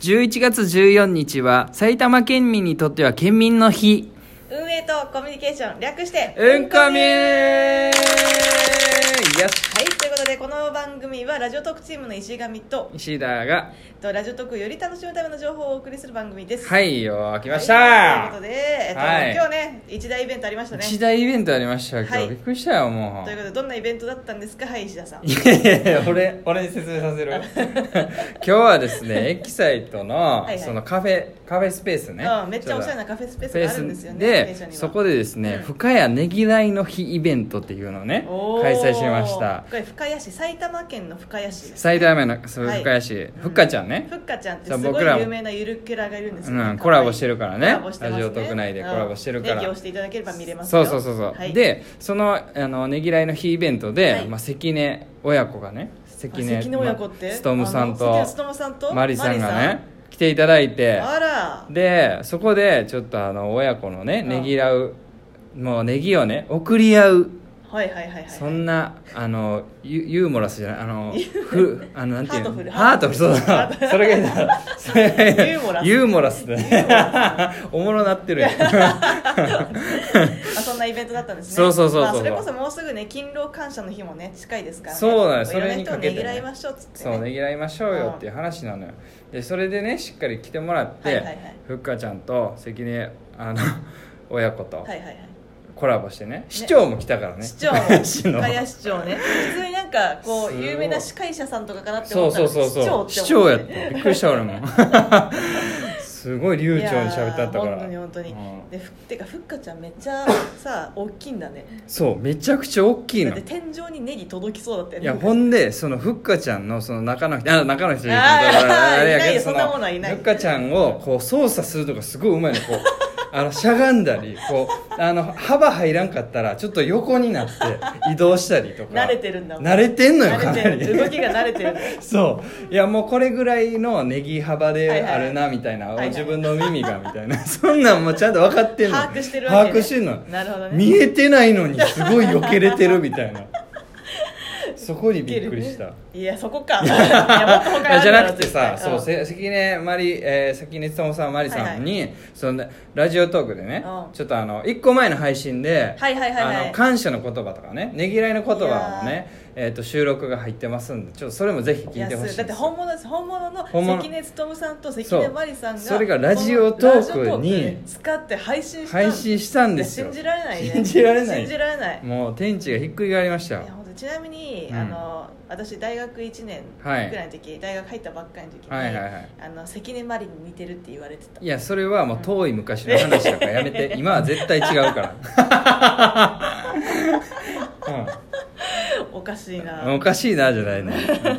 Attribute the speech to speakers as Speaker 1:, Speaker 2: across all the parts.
Speaker 1: 11月14日は埼玉県民にとっては県民の日
Speaker 2: 運営とコミュニケーション略して
Speaker 1: うんこみ
Speaker 2: はい
Speaker 1: ーよし
Speaker 2: ということでこの番組はラジオトークチームの石上と
Speaker 1: 石田が
Speaker 2: とラジオトークをより楽しむための情報をお送りする番組です
Speaker 1: はいいよ開きまし
Speaker 2: はいということ
Speaker 1: た
Speaker 2: で、えっと
Speaker 1: はい
Speaker 2: 今日ね一大イベントありましたね
Speaker 1: 一大イベントありましたよ今
Speaker 2: は
Speaker 1: 日
Speaker 2: い
Speaker 1: びっくりしたよも
Speaker 2: とい
Speaker 1: う
Speaker 2: うことでどんなイベントだったんですかはい石田さん
Speaker 1: いやいやいや俺俺に説明させ る今日はですねエキサイトの
Speaker 2: はいはい
Speaker 1: そのカフェカフェスペースね
Speaker 2: うん、めっちゃおしゃれなカフェスペースがあるんですよね
Speaker 1: で
Speaker 2: ステーションには
Speaker 1: そこでですね
Speaker 2: うん
Speaker 1: 深谷ねぎらいの日イベントっていうのをね
Speaker 2: おー
Speaker 1: 開催しました
Speaker 2: これ深谷市埼玉県の深谷市です
Speaker 1: 最大目のそう
Speaker 2: はい
Speaker 1: 深谷市ふっかちゃんね
Speaker 2: ふっかちゃんって
Speaker 1: そう
Speaker 2: すご
Speaker 1: 僕
Speaker 2: い
Speaker 1: らも
Speaker 2: 有名なゆるキャラがいるんですよ、
Speaker 1: うんコラボしてるからね
Speaker 2: コラボしてます
Speaker 1: ラジオトーク内でコラボしてるから
Speaker 2: うん営業していただければ見れます
Speaker 1: そ
Speaker 2: よ
Speaker 1: うそうそうそう
Speaker 2: はい、
Speaker 1: でそのあのねぎらいの日イベント
Speaker 2: は
Speaker 1: で
Speaker 2: い
Speaker 1: まあ関根親子がね関
Speaker 2: 関根親子って
Speaker 1: まあ勉さん
Speaker 2: あの
Speaker 1: と
Speaker 2: 関根勤さんと
Speaker 1: マリさんが
Speaker 2: マリさ
Speaker 1: ね来ていただいて
Speaker 2: あら
Speaker 1: でそこでちょっとあの親子のね
Speaker 2: うん
Speaker 1: ねぎらうもうねぎをね送り合う
Speaker 2: はいはいはいはい
Speaker 1: そんなあのユユーモラスじゃないあ のふあのなんていうの
Speaker 2: ハートフル
Speaker 1: ハートフルそうだなそれがいいなそれがいいな
Speaker 2: ユーモラス
Speaker 1: ユーモラスだねおもろなってるやん
Speaker 2: あそんなイベントだったんですね
Speaker 1: そうそうそうそう
Speaker 2: まあ、それこそもうすぐね勤労感謝の日もね近いですから、ね、
Speaker 1: そうだね
Speaker 2: こい
Speaker 1: そ
Speaker 2: ろ
Speaker 1: れにかけてね
Speaker 2: な人をねぎらいましょうっつって、ね、
Speaker 1: そうねぎらいましょうよっていう話なのよでそれでねしっかり来てもらっ
Speaker 2: はいはいは
Speaker 1: て
Speaker 2: い
Speaker 1: ふっかちゃんと関根あの 親子と
Speaker 2: はいはいはい
Speaker 1: コラボしてね市長も来たからね
Speaker 2: 市長も
Speaker 1: 市の
Speaker 2: 深谷市長ね普通になんかこ
Speaker 1: すご
Speaker 2: う
Speaker 1: い
Speaker 2: 有名な司会者さんとかかなって
Speaker 1: そ
Speaker 2: 思
Speaker 1: う
Speaker 2: った
Speaker 1: そ
Speaker 2: ら
Speaker 1: うそうそう
Speaker 2: 市
Speaker 1: 市
Speaker 2: 長
Speaker 1: 長や
Speaker 2: って
Speaker 1: っ
Speaker 2: 思
Speaker 1: た
Speaker 2: って
Speaker 1: びっくりした俺 もすごい流暢に喋ってあったか
Speaker 2: いや
Speaker 1: ら
Speaker 2: ー本当に本当に、
Speaker 1: うん
Speaker 2: でふてかふっかちゃんめっちゃさ大きいんだね
Speaker 1: そうめちゃくちゃ大きい
Speaker 2: だっ
Speaker 1: の
Speaker 2: て天井にネギ届きそうだった
Speaker 1: い
Speaker 2: よね
Speaker 1: やほんでそのふっかちゃんのその中の人あ中の人言うと
Speaker 2: あー
Speaker 1: だからあれや
Speaker 2: いない
Speaker 1: け
Speaker 2: よ
Speaker 1: ど
Speaker 2: そんなものはいない
Speaker 1: ふっかちゃんをこう操作するとかすごいうまいのこう あのしゃがんだりこうあの幅入らんかったらちょっと横になって移動したりとか
Speaker 2: 慣れてるんだもん
Speaker 1: 慣れてんのよか
Speaker 2: 慣
Speaker 1: な
Speaker 2: れてる動
Speaker 1: り
Speaker 2: きが慣れてる
Speaker 1: そういやもうこれぐらいのネギ幅であるなみたいな、
Speaker 2: はいはい
Speaker 1: 自分の耳がみたいなそんなんもちゃんと分かってんの
Speaker 2: 把握してるわけね
Speaker 1: 把握してんの
Speaker 2: なるほどね
Speaker 1: 見えてないのにすごい避けれてるみたい なそこにびっくりした、
Speaker 2: いやそこかいやもっ
Speaker 1: いや
Speaker 2: と他あるだろ
Speaker 1: じゃなくてさ、
Speaker 2: 絶
Speaker 1: そう
Speaker 2: 対
Speaker 1: せ関根まり、えー、関根勤さんまりさんに、そのラジオトークでね、
Speaker 2: うん
Speaker 1: ちょっとあの一個前の配信で、
Speaker 2: はいはいはいはい
Speaker 1: あの感謝の言葉とかねねぎらいの言葉のね、えー、と収録が入ってますんでちょっとそれもぜひ
Speaker 2: い
Speaker 1: 聞い
Speaker 2: や
Speaker 1: てほしい
Speaker 2: だって本物です本物の
Speaker 1: 本物
Speaker 2: 関根勤さんと関根麻里さんが
Speaker 1: そうそれがラジオトークに
Speaker 2: このラジオで使って配信した
Speaker 1: 配信したんですよ
Speaker 2: 信じられないね
Speaker 1: 信じられない
Speaker 2: 信じられない
Speaker 1: もう天地がひっくり返りましたよ
Speaker 2: いや本当ちなみに、
Speaker 1: うん
Speaker 2: あの私大学1年く
Speaker 1: はい
Speaker 2: らいの時、大学入ったばっかりの時に、
Speaker 1: はいはいはい
Speaker 2: あの関根麻里に似てるって言われて た
Speaker 1: いやそれはもう遠い昔の話だからやめ て今は絶対違うから、
Speaker 2: おかしい
Speaker 1: うん、
Speaker 2: な
Speaker 1: おかしいなじゃないの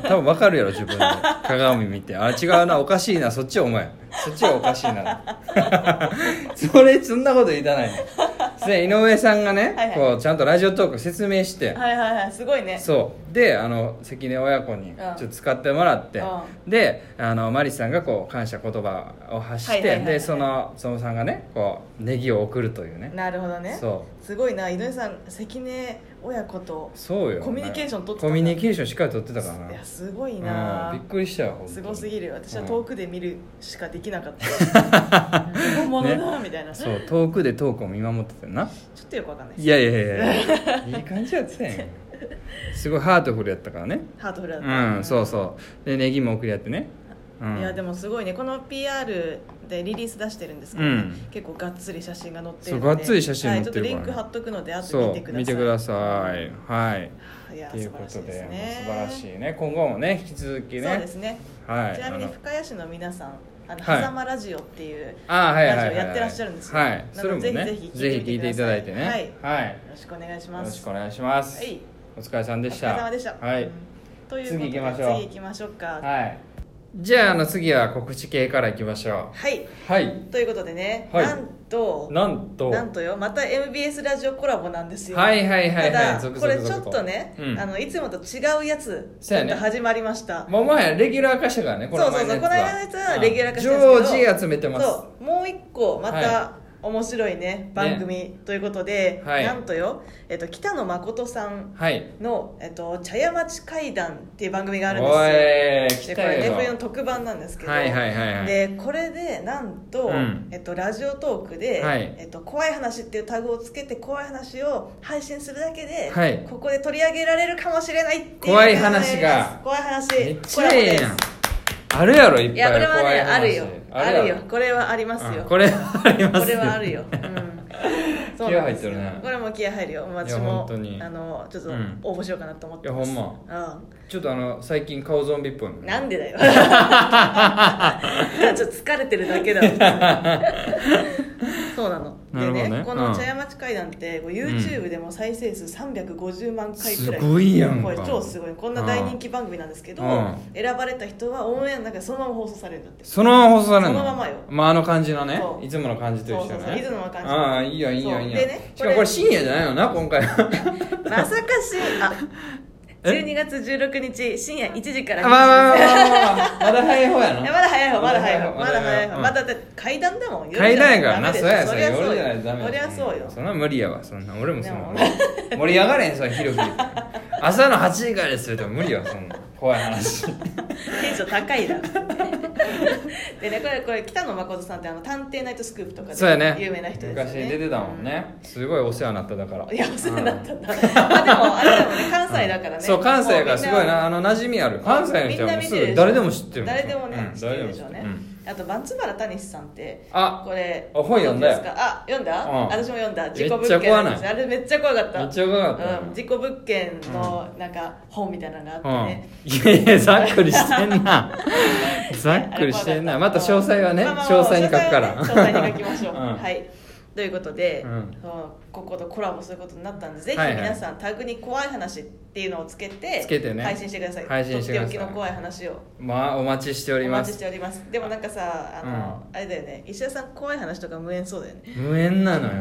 Speaker 1: 多分わかるやろ自分で鏡見てあ違うなおかしいなそっちお前そっちはおかしいな それそんなこと言いたないので井上さんがね、
Speaker 2: はいはい
Speaker 1: こうちゃんとラジオトーク説明して、
Speaker 2: はいはいはいすごいね
Speaker 1: そうであの関根親子に
Speaker 2: ん
Speaker 1: ちょっと使ってもらって、
Speaker 2: う
Speaker 1: であのマリさんがこう感謝言葉を発して、
Speaker 2: はいはいはいはい
Speaker 1: でそのそのさんがねこうネギを送るというね
Speaker 2: なるほどね
Speaker 1: そ
Speaker 2: すごいな井上さん関根親子と
Speaker 1: うそうよ
Speaker 2: コミュニケーション取ってた
Speaker 1: コミュニケーションしっかり取ってたから
Speaker 2: いや
Speaker 1: な
Speaker 2: すごいな、
Speaker 1: うんびっくりしたよ本当に
Speaker 2: すごすぎるよ私は
Speaker 1: うん
Speaker 2: 遠くで見るしかできなかった、 本物だ、みたいな
Speaker 1: そう遠くでトークを見守ってたよ な
Speaker 2: ちょっとよくわかんないで
Speaker 1: い
Speaker 2: す
Speaker 1: やいやいやいやいい感じやってたやんすごいハートフルやったからね
Speaker 2: ハートフルだった
Speaker 1: うんそうそうでネギも送り合ってね、うん、
Speaker 2: いやでもすごいねこの PR でリリース出してるんですけど、
Speaker 1: うん
Speaker 2: 結構がっつり写真が載って
Speaker 1: そ
Speaker 2: る
Speaker 1: うん
Speaker 2: で
Speaker 1: がっつり写真載ってる
Speaker 2: はい、ちょ
Speaker 1: からね
Speaker 2: っとリンク貼っとくので後
Speaker 1: そ
Speaker 2: で
Speaker 1: う
Speaker 2: 見てください
Speaker 1: 見てくださいはい
Speaker 2: いや
Speaker 1: ということでもう素晴らしい
Speaker 2: ね
Speaker 1: ね今後もね引き続きね
Speaker 2: そうですね、
Speaker 1: はい
Speaker 2: ちなみに
Speaker 1: あの
Speaker 2: 深谷市の皆さんあの、
Speaker 1: はい
Speaker 2: 狭間ラジオっていうよ
Speaker 1: あーはいはいはい
Speaker 2: ラジオやってらっしゃるんですよ
Speaker 1: はい
Speaker 2: な
Speaker 1: それ
Speaker 2: の
Speaker 1: も
Speaker 2: で
Speaker 1: ね
Speaker 2: ぜ
Speaker 1: ぜ
Speaker 2: ひ
Speaker 1: ひ
Speaker 2: ぜひ
Speaker 1: 聞
Speaker 2: 聞
Speaker 1: い
Speaker 2: い
Speaker 1: て
Speaker 2: て
Speaker 1: い
Speaker 2: い
Speaker 1: た
Speaker 2: た
Speaker 1: だ
Speaker 2: だ
Speaker 1: い
Speaker 2: い
Speaker 1: て
Speaker 2: て
Speaker 1: ねはい
Speaker 2: ろしくお願いし
Speaker 1: よ
Speaker 2: ま
Speaker 1: ろ
Speaker 2: す
Speaker 1: しくお願いします
Speaker 2: はい
Speaker 1: お疲れさんで
Speaker 2: お
Speaker 1: し
Speaker 2: 疲れ様
Speaker 1: た
Speaker 2: でした、
Speaker 1: は
Speaker 2: う
Speaker 1: い
Speaker 2: んということで
Speaker 1: 次行きましょう
Speaker 2: 次行きましょうかはい、
Speaker 1: はいじゃああの次は告知系からいきましょうはい
Speaker 2: ということでね、
Speaker 1: はい
Speaker 2: なんと
Speaker 1: なんと
Speaker 2: なんとよまた MBS ラジオコラボなんですよ
Speaker 1: はいはいはい
Speaker 2: た
Speaker 1: はい
Speaker 2: だ
Speaker 1: 続々
Speaker 2: これちょっとね、
Speaker 1: うん
Speaker 2: あのいつもと違うやつ
Speaker 1: そうやね
Speaker 2: ちょっと始まりました、
Speaker 1: もうもはやレギュラー化したからね
Speaker 2: そうそうそうこの間のやつはレギュラー化したんですけど
Speaker 1: 常時集めてます
Speaker 2: そうもう一個また、
Speaker 1: は
Speaker 2: 面白いね番組、ということで、
Speaker 1: はい
Speaker 2: なんとよ、えっと、北野誠さん
Speaker 1: はい
Speaker 2: の「えっと、茶屋町会談」っていう番組があるんです
Speaker 1: お
Speaker 2: よ
Speaker 1: い来
Speaker 2: でこ
Speaker 1: た
Speaker 2: れね
Speaker 1: よ
Speaker 2: 冬の特番なんですけど、
Speaker 1: はいはいはいはい
Speaker 2: でこれでなんと、
Speaker 1: うん
Speaker 2: えっと、ラジオトークで、
Speaker 1: はい
Speaker 2: えっと「怖い話」っていうタグをつけて怖い話を配信するだけで、
Speaker 1: はい
Speaker 2: ここで取り上げられるかもしれないっていう
Speaker 1: 怖い話が
Speaker 2: 怖い話
Speaker 1: めっちゃええやんあるやろいっぱい
Speaker 2: いやこれは
Speaker 1: 怖
Speaker 2: ね
Speaker 1: い話
Speaker 2: あるよあ
Speaker 1: やろ
Speaker 2: るよこれはありますよ
Speaker 1: あこれはあります
Speaker 2: これはあるよ、うん、そうなんです
Speaker 1: 気合入って
Speaker 2: よ
Speaker 1: るね
Speaker 2: これも気合入るよ私
Speaker 1: いや
Speaker 2: も
Speaker 1: 本当に
Speaker 2: あのちょっと
Speaker 1: うん
Speaker 2: 応募しようかなと思っ
Speaker 1: い
Speaker 2: て
Speaker 1: や
Speaker 2: ま
Speaker 1: ほ
Speaker 2: す
Speaker 1: んま
Speaker 2: ま
Speaker 1: ちょっとあの最近顔ゾンビっぽいも
Speaker 2: うんん、
Speaker 1: ね
Speaker 2: なんで だよちょっと疲れてるだけだ わそうなの
Speaker 1: なるほどね
Speaker 2: でねこ
Speaker 1: う
Speaker 2: の
Speaker 1: ん
Speaker 2: 茶屋町会談ってこう YouTube でも再生数350万回くらい、
Speaker 1: すごいやんか
Speaker 2: これ超すごいこんな大人気番組なんですけど、
Speaker 1: うん
Speaker 2: 選ばれた人はオンエアの中でそのまま放送されるん だって
Speaker 1: そのまま放送されるの
Speaker 2: そのままよ
Speaker 1: まああの感じのね
Speaker 2: そう
Speaker 1: いつもの感じと一緒ね
Speaker 2: そうそうそういつもの感じ
Speaker 1: ああいいよいいよいいよ、
Speaker 2: そうでね
Speaker 1: しかもこれ深夜じゃないのな今回は
Speaker 2: まさかしあ
Speaker 1: え
Speaker 2: 12月16日深夜1時か
Speaker 1: ま
Speaker 2: ら
Speaker 1: あまあまあまあまあまだ早い方や
Speaker 2: い
Speaker 1: な
Speaker 2: やまだ早い方まだ早い方ま
Speaker 1: まだ
Speaker 2: だ早い
Speaker 1: 早い
Speaker 2: 方
Speaker 1: 方
Speaker 2: まだだって階段だもん
Speaker 1: 階段やからな
Speaker 2: 夜
Speaker 1: そ
Speaker 2: じ
Speaker 1: う
Speaker 2: ゃ
Speaker 1: や
Speaker 2: ダ
Speaker 1: そう
Speaker 2: メ
Speaker 1: や
Speaker 2: で
Speaker 1: 夜じゃないとダ
Speaker 2: す
Speaker 1: メ
Speaker 2: そりゃそうよ
Speaker 1: そんな無理やわそんな俺もそんな
Speaker 2: で
Speaker 1: 盛り上がれんそんな広く言うから朝の8時からですよでも無理やわそんな怖い 話
Speaker 2: テンション高いなでねこれこれ北野誠さんってあの探偵ナイトスクープとか
Speaker 1: そうやね
Speaker 2: で有名な人ですよね
Speaker 1: 昔出てたもんねすごいお世話になっただから
Speaker 2: うんいやお世話になったんだまあでもあれだもんね関西だからね
Speaker 1: そう関西やからすごいな
Speaker 2: も
Speaker 1: あの馴染みある関西の人はもうす
Speaker 2: みんな見てるで
Speaker 1: ぐ
Speaker 2: しょ
Speaker 1: 誰でも知って
Speaker 2: うみ
Speaker 1: る
Speaker 2: ん
Speaker 1: もん
Speaker 2: な誰で
Speaker 1: う
Speaker 2: もね
Speaker 1: ん
Speaker 2: 知ってるでしょう
Speaker 1: 誰
Speaker 2: ね
Speaker 1: も知ってる
Speaker 2: あと松原谷さんって
Speaker 1: あ
Speaker 2: これ
Speaker 1: あ本読んだよ
Speaker 2: どうですかあ読んだ、
Speaker 1: うん
Speaker 2: 私も読んだ
Speaker 1: め
Speaker 2: 自
Speaker 1: っ
Speaker 2: 己
Speaker 1: ちゃ
Speaker 2: 物件
Speaker 1: 怖ない
Speaker 2: あれめっちゃ怖かった
Speaker 1: めっちゃ怖かった
Speaker 2: うん、自己物件のなんか本みたいなのがあってね、
Speaker 1: うん、いやいやざっくりしてんな ざっくりしてんなまた詳細はね
Speaker 2: まあまあ
Speaker 1: 詳細に書くから
Speaker 2: 詳細はね詳細に書きましょう、
Speaker 1: うん
Speaker 2: はいということで、
Speaker 1: うん
Speaker 2: そのこことコラボすることになったんでぜひ
Speaker 1: はいはい
Speaker 2: 皆さん、タグに怖い話っていうのをつけて
Speaker 1: つけてね
Speaker 2: 配信してください
Speaker 1: 配信してください
Speaker 2: とっておきの怖い話を
Speaker 1: まあお待ちしており
Speaker 2: お
Speaker 1: ま
Speaker 2: 待ちし
Speaker 1: す
Speaker 2: ておりますでもなんかさあの、あれだよね石田さん怖い話とか無縁そうだよね
Speaker 1: 無縁なのよ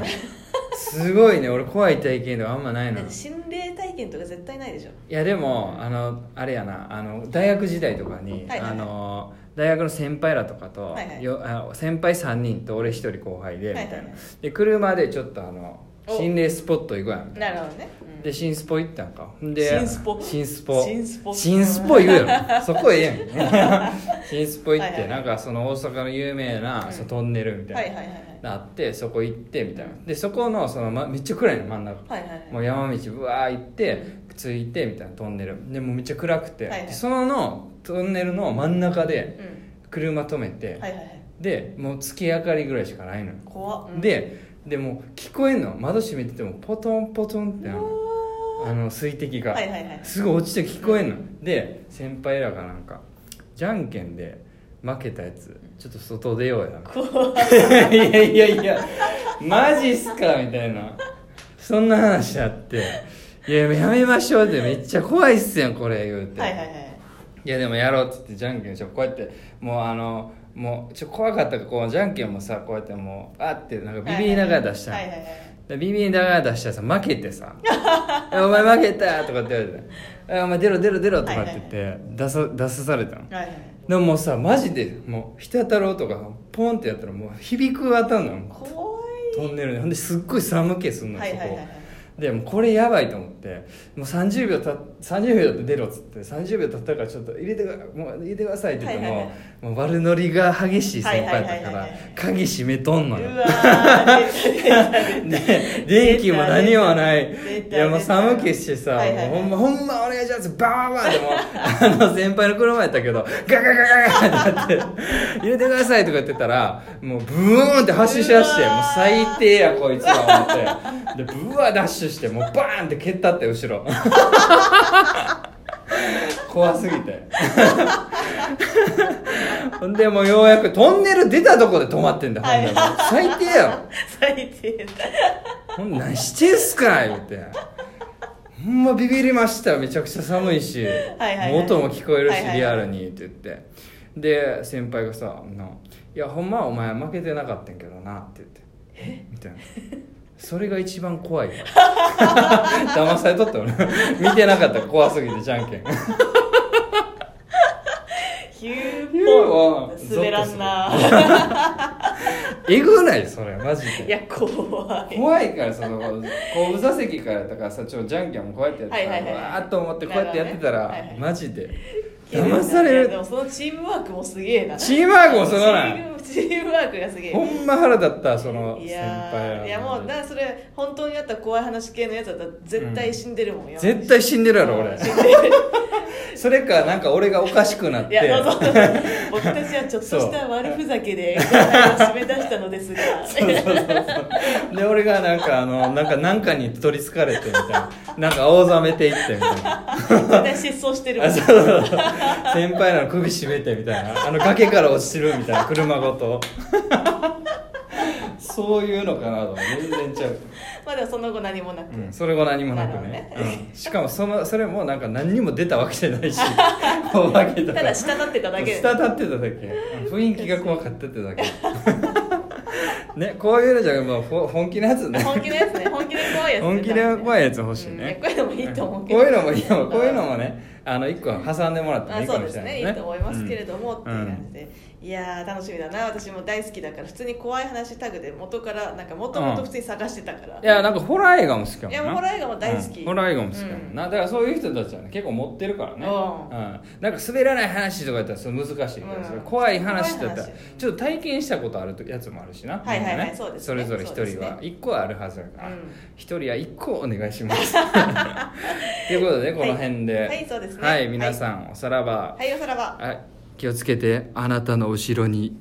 Speaker 1: すごいね俺怖い体験ではあんまないの
Speaker 2: だっ
Speaker 1: い
Speaker 2: て心霊体験とか絶対ないでしょ
Speaker 1: やでもあのあれやなあの大学時代とかに、
Speaker 2: はいはいはい
Speaker 1: あの大学の先輩らとかと、
Speaker 2: はいはい
Speaker 1: よあ先輩3人と俺1人後輩でみたいな、
Speaker 2: はいはいはい
Speaker 1: で車でちょっとあの
Speaker 2: お
Speaker 1: 心霊スポット行くやん
Speaker 2: なるほどね、うん
Speaker 1: で新スポ行ったんかで
Speaker 2: 新スポ
Speaker 1: 新スポ
Speaker 2: 新スポ
Speaker 1: 新スポ言う やろそこええやん新スポ行っ
Speaker 2: はいは
Speaker 1: て
Speaker 2: い
Speaker 1: なんかその大阪の有名な、
Speaker 2: うん
Speaker 1: そのトンネルみたいな、
Speaker 2: はいはいはいはい
Speaker 1: なってそこ行ってみたいなでそこのその、ま、めっちゃ暗いの真ん中、
Speaker 2: はいはいはい
Speaker 1: もう山道ぶわー行ってついてみたいなトンネルでもうめっちゃ暗くて、
Speaker 2: はいはい
Speaker 1: でそののトンネルの真ん中で
Speaker 2: う
Speaker 1: 車止めて、
Speaker 2: んはいはいはい
Speaker 1: でもう月明かりぐらいしかないのよ、
Speaker 2: 怖っ、うん、
Speaker 1: ででも聞こえんの窓閉めててもポトンポトンってあのあの水滴が、
Speaker 2: はいはいはい
Speaker 1: すぐ落ちて聞こえんので先輩らがなんかじゃんけんで負けたやつちょっと外出ようや
Speaker 2: 怖 い
Speaker 1: いやいやいやマジっすかみたいなそんな話あって「いややめましょう」ってめっちゃ怖いっすやんこれ言うて、
Speaker 2: はいはいはい
Speaker 1: いやでもやろうっつってじゃんけんしようこうやってもうあのもうちょ怖かったからこうじゃんけんもさこうやってもうあってなんかビビりながら出したの、
Speaker 2: はいはいはい
Speaker 1: でビビりながら出したらさ負けてさ 「えお前負けた!」とかって言われて「えお前出ろ出ろ出ろ」とかって言って出さ出さされたの
Speaker 2: はいはいはい
Speaker 1: でももうさマジでもう「ひたたろう」とかポンってやったらもう響く当たんのよ
Speaker 2: 怖
Speaker 1: トンネルでほんですっごい寒気すん
Speaker 2: い
Speaker 1: の
Speaker 2: は
Speaker 1: よ
Speaker 2: い
Speaker 1: そ
Speaker 2: はいはいは
Speaker 1: こ
Speaker 2: い
Speaker 1: でもうこれやばいと思ってもう30秒た30秒って出ろっつって30秒経ったからちょっと入れてくだもう入れてくださいって言っても、
Speaker 2: はいはいは
Speaker 1: もう悪ノリが激しい先輩だった
Speaker 2: はい
Speaker 1: か
Speaker 2: はいは
Speaker 1: ら
Speaker 2: いはいはい
Speaker 1: 鍵閉めとんのよ
Speaker 2: うわー出 た出た
Speaker 1: で電気も何もない
Speaker 2: 出
Speaker 1: い
Speaker 2: た
Speaker 1: やもう寒気してさ、
Speaker 2: はいはいはい
Speaker 1: もうほんまほんまお願いしますバーバーでも あの先輩の車やったけどガガガガガガってな って入れてくださいとか言ってたらもうブーンって発進しだして
Speaker 2: うわー
Speaker 1: もう最低やこいつは思ってでブワーダッシュしてもうバーンって蹴ったって後ろ 怖すぎて ほんでもうようやくトンネル出たとこで止まってんだ、ほんでもう最低やろ
Speaker 2: 最低だ
Speaker 1: ほん何してんすか言うてほんまビビりましためちゃくちゃ寒いし
Speaker 2: はいはい
Speaker 1: もう音も聞こえるし、
Speaker 2: はいはいはい
Speaker 1: リアルにって言ってで先輩がさ「ないやほんまお前負けてなかったんやけどな」って言って「えみたいなそれが一番怖いわ 騙されとった俺見てなかった怖すぎてじゃんけん
Speaker 2: ヒューポン滑らんな
Speaker 1: ゾッえぐないそれマジ
Speaker 2: い
Speaker 1: で
Speaker 2: や怖い
Speaker 1: 怖いからその後部座席からだからさちょっとじゃんけんもこうやってやってた
Speaker 2: は
Speaker 1: ら
Speaker 2: いはいはい
Speaker 1: わーっと思ってこうやってやってた
Speaker 2: なるほどねはいは
Speaker 1: ら
Speaker 2: い
Speaker 1: マジで騙され
Speaker 2: いやで
Speaker 1: る
Speaker 2: もそのチームワークもすげえな
Speaker 1: チームワークもすごない
Speaker 2: チームチームワークがすげえ
Speaker 1: ほんま腹立ったその
Speaker 2: い
Speaker 1: 先
Speaker 2: や
Speaker 1: 輩
Speaker 2: ーいやもうだからそれ本当にあった怖い話系のやつだったら絶対死んでるもん、よ
Speaker 1: 絶対死んでるやろ
Speaker 2: 死
Speaker 1: 俺
Speaker 2: んでる
Speaker 1: それかなんか俺がおかしくなっ
Speaker 2: い
Speaker 1: て
Speaker 2: やそうそうそう僕たちはちょっとした悪ふざけで答えを締め出したのですが
Speaker 1: そうそうそうそうで俺がなんかあのなんかなんかに取りつかれてみたいななんか青ざめていってみたいな
Speaker 2: 絶対失踪してるも
Speaker 1: あ
Speaker 2: ん
Speaker 1: そうそうそう 先輩なの首絞めてみたいなあの崖から落ちてるみたいな車ごとそういうのかなと思って全然ちゃう、
Speaker 2: まあでもその後何もなく、
Speaker 1: うん、それ後何もなくね
Speaker 2: なるほどね
Speaker 1: うん、しかもそのそれもなんか何にも出たわけじゃない しお化けとか
Speaker 2: ただ滴ってただけで
Speaker 1: 下立ってただけ雰囲気が怖かったってだけ ねこういうのじゃもうほ本気のやつね
Speaker 2: 本気のやつね本気で怖いやつね
Speaker 1: 本気で怖いやつ欲しい
Speaker 2: うんいや
Speaker 1: ね
Speaker 2: こういうのもいいと思うけ
Speaker 1: こ
Speaker 2: ど
Speaker 1: ういうのもいいよこういうのもねあの一個挟んでもらったらい
Speaker 2: あ
Speaker 1: いか
Speaker 2: そう
Speaker 1: も
Speaker 2: で
Speaker 1: し
Speaker 2: す
Speaker 1: れない
Speaker 2: ね
Speaker 1: ね
Speaker 2: いいと思いますけれども、っていう感じ
Speaker 1: で
Speaker 2: でいやー楽しみだな私も大好きだから普通に怖い話タグで元からなんか元々普通に探してたから、
Speaker 1: いやなんかホラー映画も好きかもない
Speaker 2: やもうホラー映画も大好き
Speaker 1: うんホラー映画も好きかもなだからそういう人たちはね結構持ってるからね
Speaker 2: うん
Speaker 1: うんなんか滑らない話とか言ったらそれ難しいけど
Speaker 2: うん
Speaker 1: それ怖い話だったら
Speaker 2: 怖い話
Speaker 1: ちょっと体験したことあるやつもあるしな
Speaker 2: はいはいはい
Speaker 1: みんなね
Speaker 2: そうですね
Speaker 1: それぞれ一
Speaker 2: そうです
Speaker 1: 人
Speaker 2: ね
Speaker 1: は一個はあるはずだから
Speaker 2: うん
Speaker 1: 一人は一個お願いします ということでこの辺で
Speaker 2: はいはいそうですね
Speaker 1: はい皆さんおさらば
Speaker 2: はいおさらば
Speaker 1: はい気をつけてあなたの後ろに